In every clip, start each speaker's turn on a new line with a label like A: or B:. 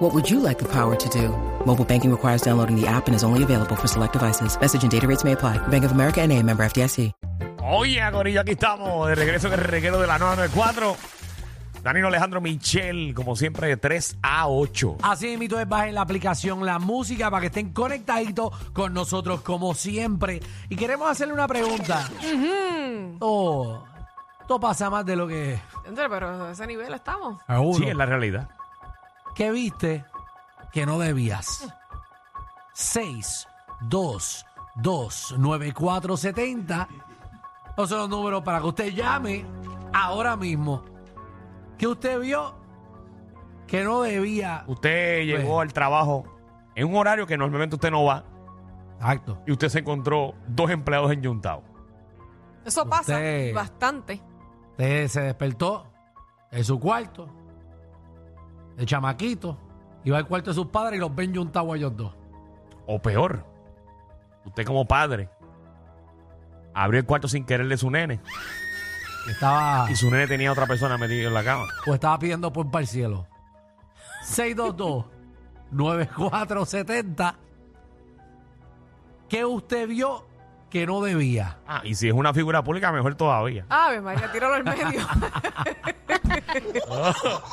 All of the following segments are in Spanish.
A: What would you like the power to do? Mobile banking requires downloading the app and is only available for select devices. Message and data rates may apply. Bank of America and a member FDIC.
B: Oye, Corillo, aquí estamos, de regreso en el reguero de la 994. Danilo Alejandro Michel, como siempre, de 3 a 8.
C: Así mismo es, bajen la aplicación La Música para que estén conectaditos con nosotros como siempre. Y queremos hacerle una pregunta. Oh, esto pasa más de lo que es.
D: Entonces, pero a ese nivel estamos.
B: Sí, es la realidad.
C: ¿Qué viste que no debías? 6, 2, 2, 9, 4, 70. Esos son los números para que usted llame ahora mismo. ¿Qué usted vio que no debía?
B: Usted llegó al trabajo en un horario que normalmente usted no va
C: Exacto.
B: y usted se encontró dos empleados enyuntados.
D: Eso pasa
C: Usted-
D: bastante.
C: Usted se despertó en su cuarto, el chamaquito, iba al cuarto de sus padres y los ven juntados a ellos dos.
B: O peor, usted como padre abrió el cuarto sin querer de su nene
C: Y Estaba,
B: y su nene tenía a otra persona metida en la cama.
C: o estaba pidiendo por para el cielo. 622-9470. ¿Qué usted vio que no debía?
B: Ah, y si es una figura pública, mejor todavía.
D: Ave María, tíralo al medio.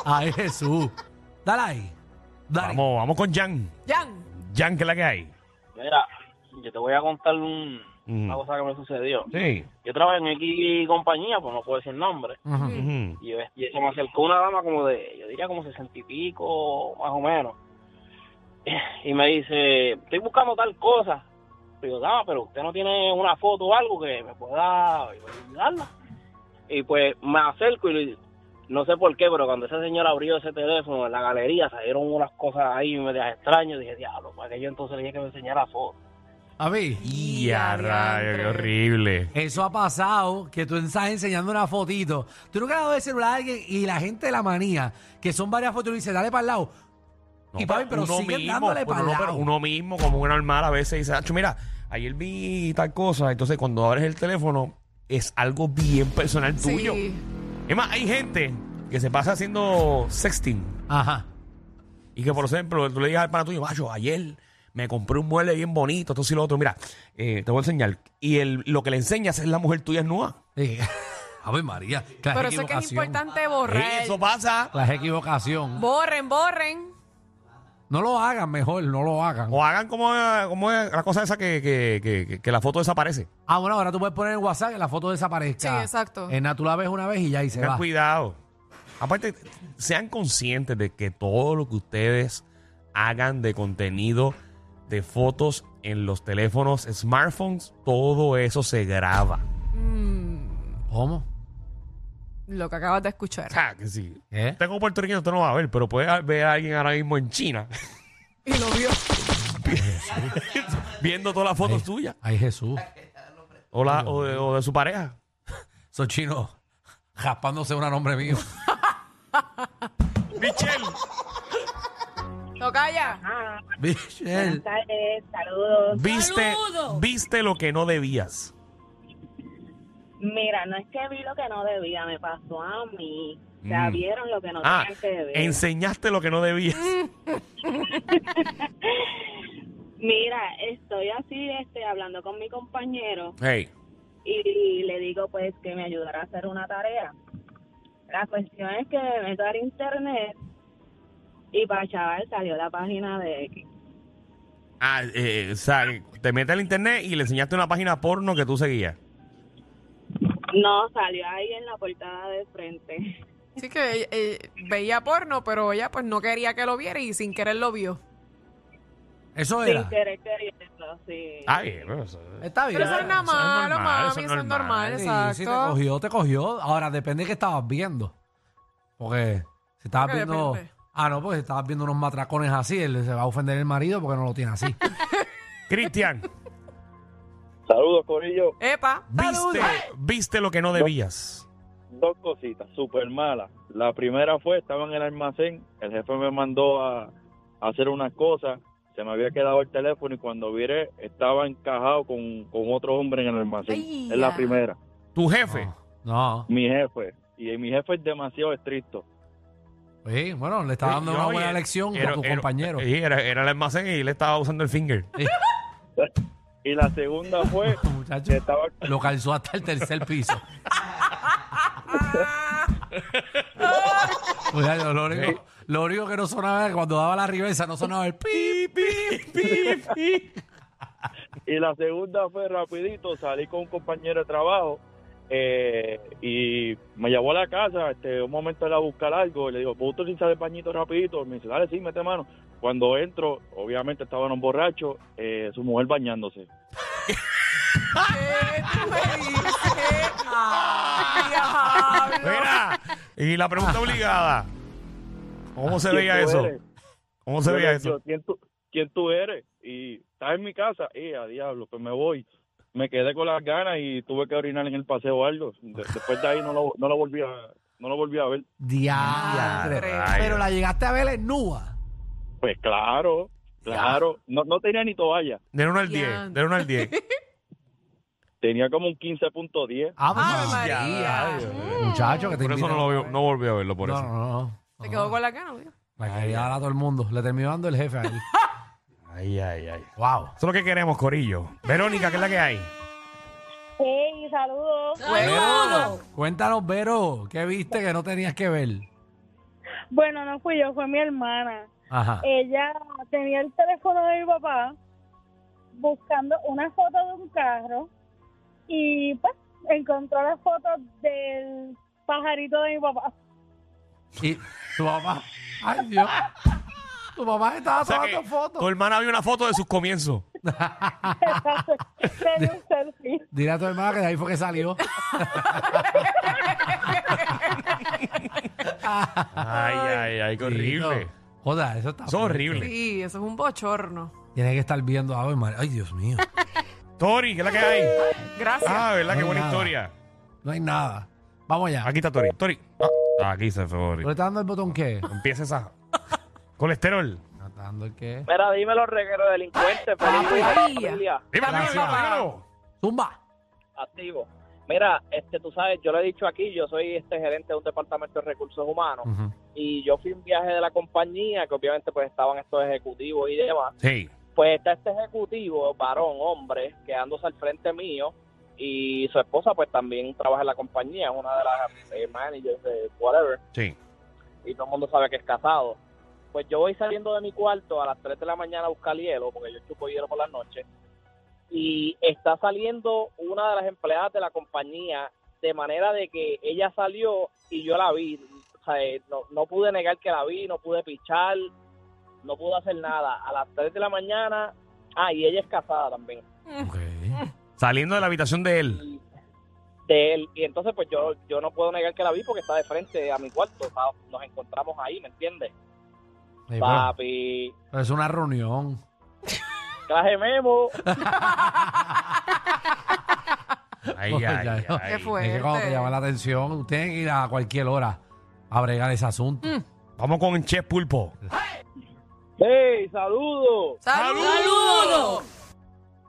C: Ay, Jesús. Dale ahí. Dale.
B: Vamos, vamos con Jan.
D: Jan,
B: Jan, que es la que hay.
E: Mira, yo te voy a contar un-
B: Mm.
E: una cosa que me sucedió.
B: Sí.
E: Yo trabajé en X compañía, pues no puedo decir nombre.
C: Ujú.
B: Ujú.
E: Y, yo- y se me acercó una dama como de, yo diría como sesenta y pico, más o menos. Y me dice, estoy buscando tal cosa. Y yo, dama, pero usted no tiene una foto o algo que me pueda eh, ayudarla. Y pues me acerco y le digo, no sé por qué, pero cuando esa señora abrió ese teléfono en la galería salieron unas cosas ahí medias extrañas. Dije, diablo, para que yo entonces le dije que me enseñara foto.
C: A mí.
B: Y
D: Ya,
B: a rayo, qué
D: diantre.
B: horrible.
C: Eso ha pasado, que tú estás enseñando una fotito. Tú nunca le has dado el celular a alguien y la gente de la manía, que son varias fotos, y le dice, dale para el lado. y papi, pero
B: uno
C: siguen
B: mismo,
C: dándole
B: pero
C: para
B: no,
C: el
B: pero
C: lado.
B: uno mismo, como un normal, a veces dice, "Acho, mira, ayer vi tal cosa. Entonces, cuando abres el teléfono, es algo bien personal tuyo.
D: sí.
B: Es más, hay gente que se pasa haciendo sexting.
C: Ajá.
B: Y que, por ejemplo, tú le digas al pana tuyo, macho, ayer me compré un mueble bien bonito, esto sí lo otro. Mira, eh, te voy a enseñar. Y el, lo que le enseñas es la mujer tuya nueva.
C: Sí. Ave María, clase
D: Pero
C: de
D: eso es que es
C: equivocación.
D: importante borrar.
B: Eso pasa.
C: Clase de equivocación.
D: Borren, borren.
C: No lo hagan mejor, no lo hagan.
B: O hagan como, como la cosa esa que, que- que- que- que la foto desaparece.
C: Ah, bueno, ahora tú puedes poner en WhatsApp que la foto desaparezca.
D: Sí, exacto.
C: En tú la ves una vez y ya y se
B: Tengan
C: va.
B: cuidado. Aparte, sean conscientes de que todo lo que ustedes hagan de contenido, de fotos en los teléfonos, smartphones, todo eso se graba.
C: ¿Cómo?
D: Lo que acabas
B: O
D: de escuchar.
B: sea, que si
C: ¿Eh?
B: tengo puertorriqueño, usted no va a ver, pero puede ver a alguien ahora mismo en China
D: Y lo vio.
B: viendo todas las fotos tuyas
C: Ay, Jesús.
B: o, la- o de, o de su pareja.
C: Son chinos raspándose un nombre mío.
B: Michelle,
D: No calla.
C: Michelle.
F: tardes, saludos.
B: viste, viste lo que no debías.
F: Mira, no es que vi lo que no debía, me pasó a mí. O sea,
B: Mm.
F: vieron lo que no
B: Ah,
F: tenían que ver.
B: enseñaste lo que no debías.
F: Mira, estoy así este, hablando con mi compañero
B: Hey.
F: y le digo pues que me ayudara a hacer una tarea. La cuestión es que me meto al internet y para chaval salió la página de X.
B: Ah, eh, o sea, te metes al internet y le enseñaste una página porno que tú seguías.
F: No, salió ahí en la portada de frente.
D: Así que eh, veía porno, pero ella pues no quería que lo viera y sin querer lo vio.
C: Eso era.
F: Sin querer queriendo, sí.
B: Ay, bueno, eso-
C: Está bien.
D: Pero eso no es
B: eso
D: nada
B: es normal,
D: malo,
B: eso
D: mami.
B: es
D: Eso es
B: normal.
D: normal,
C: Sí, sí, te
D: exacto.
C: cogió, te cogió. Ahora, depende de qué estabas viendo. Porque si estabas
D: ¿Cómo que
C: viendo...
D: depende?
C: Ah, no, porque si estabas viendo unos matracones así, él se va a ofender el marido porque no lo tiene así.
B: Cristian,
E: Saludos, Corillo.
D: Epa,
B: Viste,
D: saludos.
B: viste lo que no debías.
E: Dos cositas súper malas. La primera fue, estaba en el almacén, el jefe me mandó a, a hacer unas cosas, se me había quedado el teléfono y cuando viré estaba encajado con, con otro hombre en el almacén.
G: Ay,
E: es la
G: ya.
E: primera.
B: Tu jefe.
C: No.
E: Mi jefe. Y mi jefe es demasiado estricto.
C: Sí, bueno, le está dando
B: No,
C: una
B: y
C: buena
B: era-
C: lección
B: era-
C: a tu
B: era-
C: compañero.
B: sí, Era, era el almacén y le estaba usando el finger.
E: Y la segunda fue,
C: Muchacho,
E: que estaba
C: lo calzó hasta el tercer piso. Muchacho, lo, único, lo único que no sonaba era cuando daba la reversa, no sonaba el pi, pi, pi, pi.
E: Y la segunda fue rapidito, salí con un compañero de trabajo eh, y me llevó a la casa, este, un momento era a buscar algo, y le digo, ¿puedo utilizar el pañito rapidito? Me dice, dale, sí, mete mano. Cuando entro, obviamente estaban un borracho, eh, su mujer bañándose.
D: Ah, ¿Qué tú me dices? Ay, diablo.
B: Mira, y la pregunta obligada. ¿Cómo se veía
E: ¿Quién tú
B: eso?
E: eres?
B: ¿Cómo se
E: Yo
B: veía
E: le digo,
B: eso?
E: ¿Quién tú, quién tú eres? Y estás en mi casa, y a diablo, pues me voy. Me quedé con las ganas y tuve que orinar en el paseo algo. De- después de ahí no lo, no lo volví a... No lo volví a ver.
C: Diadre.
B: rayos.
C: Pero la llegaste a ver en nua.
E: Pues claro, claro. No, no tenía ni toalla.
B: Del 1 al 10.
D: Diantre.
B: Del 1 al 10.
E: Tenía como un 15.10.
C: Ave
D: Ave
B: Ya,
D: María.
B: ya, ya.
C: Muchacho, que te
B: Por eso no,
C: invitan-
B: lo veo- no volví a verlo, por
C: No,
B: eso.
C: no, no.
D: Se quedó con la gana, ¿no?
C: Me quería dar a todo el mundo. Le terminó dando el jefe ahí.
B: Ay, ay, ay. Eso
C: Wow.
B: es lo que queremos, Corillo. Verónica, ¿qué es la que hay?
F: Hey, saludos.
D: Huevudo.
C: Cuéntanos, Vero, ¿qué viste que no tenías que ver?
F: Bueno, no fui yo, fue mi hermana.
C: Ajá.
F: Ella tenía el teléfono de mi papá buscando una foto de un carro y pues encontró la foto del pajarito de mi papá.
C: Y tu papá. Ay, Dios. Tu papá estaba
B: O sea que
C: tomando fotos.
B: Tu hermana vio una foto de sus comienzos.
F: Tenía un selfie.
C: Dile a tu hermana que de ahí fue que salió.
B: Ay, ay, ay, qué horrible.
C: Chico, Joda, eso está.
B: Eso es horrible.
D: Sí, eso es un bochorno.
C: Tienes que estar viendo Ave María. Ay, Dios mío.
B: Tori, ¿qué es la que hay?
D: Gracias.
B: Ah, ¿verdad? Qué
C: No hay
B: buena
C: nada.
B: historia.
C: No hay nada. Vamos allá.
B: Aquí está Tori. Tori. Ah, aquí se fue Tori.
C: ¿Tú le estás dando el botón qué?
B: Empieza esa. Colesterol.
C: No, está dando el qué.
E: Mira, dime los regueros delincuentes,
D: feliz día, María. familia.
B: Dímelo,
D: Gracias,
B: dímelo,
D: papá.
B: dímelo.
C: Zumba.
E: activo. Mira, este, tú sabes, yo lo he dicho aquí, yo soy este gerente de un departamento de recursos
B: Mm.
E: humanos
C: Ujú.
E: y yo fui a un viaje de la compañía, que obviamente pues estaban estos ejecutivos y demás.
B: Sí.
E: Pues está este ejecutivo, varón, hombre, quedándose al frente mío y su esposa pues también trabaja en la compañía, es una de las eh, managers de whatever.
B: Sí.
E: y todo el mundo sabe que es casado. Pues yo voy saliendo de mi cuarto a las 3 de la mañana a buscar hielo, porque yo chupo hielo por las noches, y está saliendo una de las empleadas de la compañía, de manera de que ella salió y yo la vi. O sea, eh, no, no pude negar que la vi, no pude pichar, no pude hacer nada. A las 3 de la mañana, ah, y ella es casada también
C: Ok.
B: Saliendo de la habitación de él.
E: y de él. Y entonces, pues yo, yo no puedo negar que la vi porque está de frente a mi cuarto. o sea, nos encontramos ahí, ¿me entiendes?
C: Sí, pero,
E: Papi,
C: pero es una reunión.
E: traje memo.
B: Ay,
C: Ay,
B: ay, ay.
C: ay,
D: Qué fuerte.
C: Es que cuando te llama la atención, tienen que ir a cualquier hora a bregar ese asunto.
H: Mm.
B: Vamos con el Chef Pulpo.
E: ¡Hey, saludos!
D: ¡Saludos!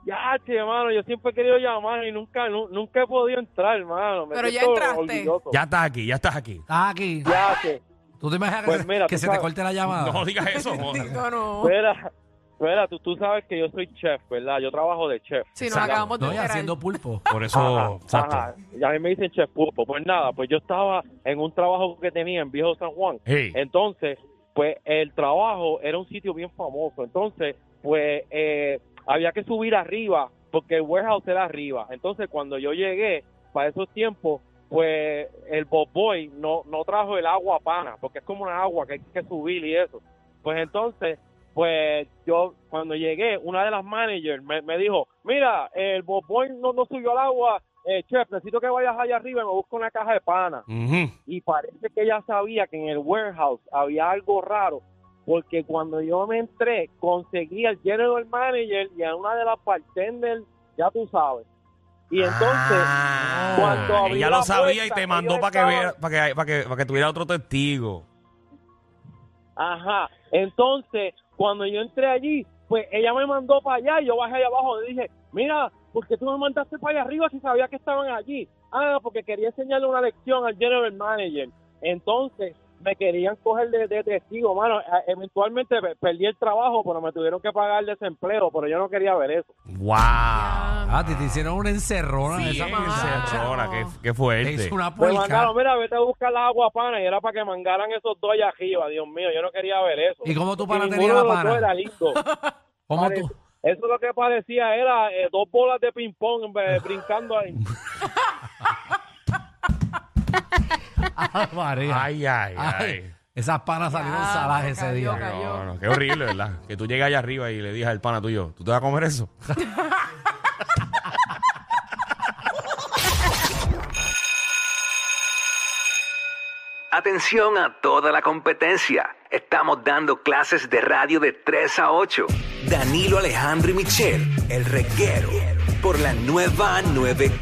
E: Ya, che, hermano, yo siempre he querido llamar y nunca nu- nunca he podido entrar, hermano. Me
D: Pero ya
E: siento
D: entraste.
E: orgulloso.
B: Ya estás aquí, ya estás aquí.
C: Estás aquí.
E: Ya, che.
C: ¿Tú te imaginas
E: Pues
C: que,
E: mira,
C: que
E: tú
C: se te
E: sabes-
C: corte la llamada?
B: No digas eso. joder.
D: No, no.
E: Espera, espera, tú, tú sabes que yo soy chef, ¿verdad? Yo trabajo de chef.
D: Si nos
B: Exacto.
D: acabamos de
C: No, y
D: enterar.
C: haciendo pulpo.
B: Por
E: Ajá,
B: eso.
E: ajá.
B: Oh, Exacto.
E: Y a mí me dicen chef pulpo. Pues nada, pues yo estaba en un trabajo que tenía en Viejo San Juan.
B: Hey.
I: Eh,
E: Entonces, pues el trabajo era un sitio bien famoso. Entonces, pues eh, había que subir arriba porque el warehouse era arriba. Entonces, cuando yo llegué para esos tiempos, pues el Bob Boy no, no trajo el agua pana porque es como una agua que hay que subir y eso. Pues entonces, pues yo cuando llegué, una de las managers me, me dijo, mira, el Bob Boy no, no subió al agua. Eh, chef, necesito que vayas allá arriba y me busca una caja de pana
B: Ujú.
E: y parece que ella sabía que en el warehouse había algo raro porque cuando yo me entré conseguí al general manager y a una de las bartenders
I: ya tú sabes. Y entonces,
B: Ah,
I: cuando abrí
B: ella
I: la
B: lo sabía y
I: puerta,
B: te
I: ellos
B: mandó para que,
I: estaban-
B: viera- para que, para que, para que tuviera otro testigo.
I: Ajá. Entonces, cuando yo entré allí, pues ella me mandó para allá y yo bajé allá abajo. Le dije, mira, ¿por qué tú me mandaste para allá arriba si sabía que estaban allí? Ah, porque quería enseñarle una lección al general manager. Entonces, me querían coger de, de testigo,
E: eh,
I: mano. A- Eventualmente pe- perdí el trabajo, pero me tuvieron que pagar desempleo, pero yo no quería ver eso.
B: ¡Wow!
C: Ah, te, te hicieron una encerrona en
H: Sí,
C: esa
B: Bien,
H: mano.
B: Cerrona, qué, qué
C: Te
B: fuerte.
C: hizo una
I: Me
C: puerca.
I: mandaron, mira, vete a buscar las aguapanas y era para que mangaran esos dos allá arriba. Dios mío, yo no quería ver eso.
C: ¿Y cómo tú
I: Porque
C: para tenías
I: ninguno
C: la
I: de los dos
C: pana?
I: era lindo.
C: ¿Cómo
I: Pare-
C: tú?
I: Eso lo que parecía era eh, dos bolas de ping pong brincando ahí.
C: Ah, María.
B: Ay, ay,
C: Ay,
B: ay.
C: esas panas salieron
H: Ya,
C: saladas ese
H: cayó,
C: día.
H: cayó.
B: No, no, qué horrible, ¿verdad? que tú llegas allá arriba y le digas al pana tuyo, ¿tú te vas a comer eso?
G: Atención a toda la competencia. Estamos dando clases de radio de 3 a 8. Danilo Alejandro y Michel, el reguero, por la nueva 9.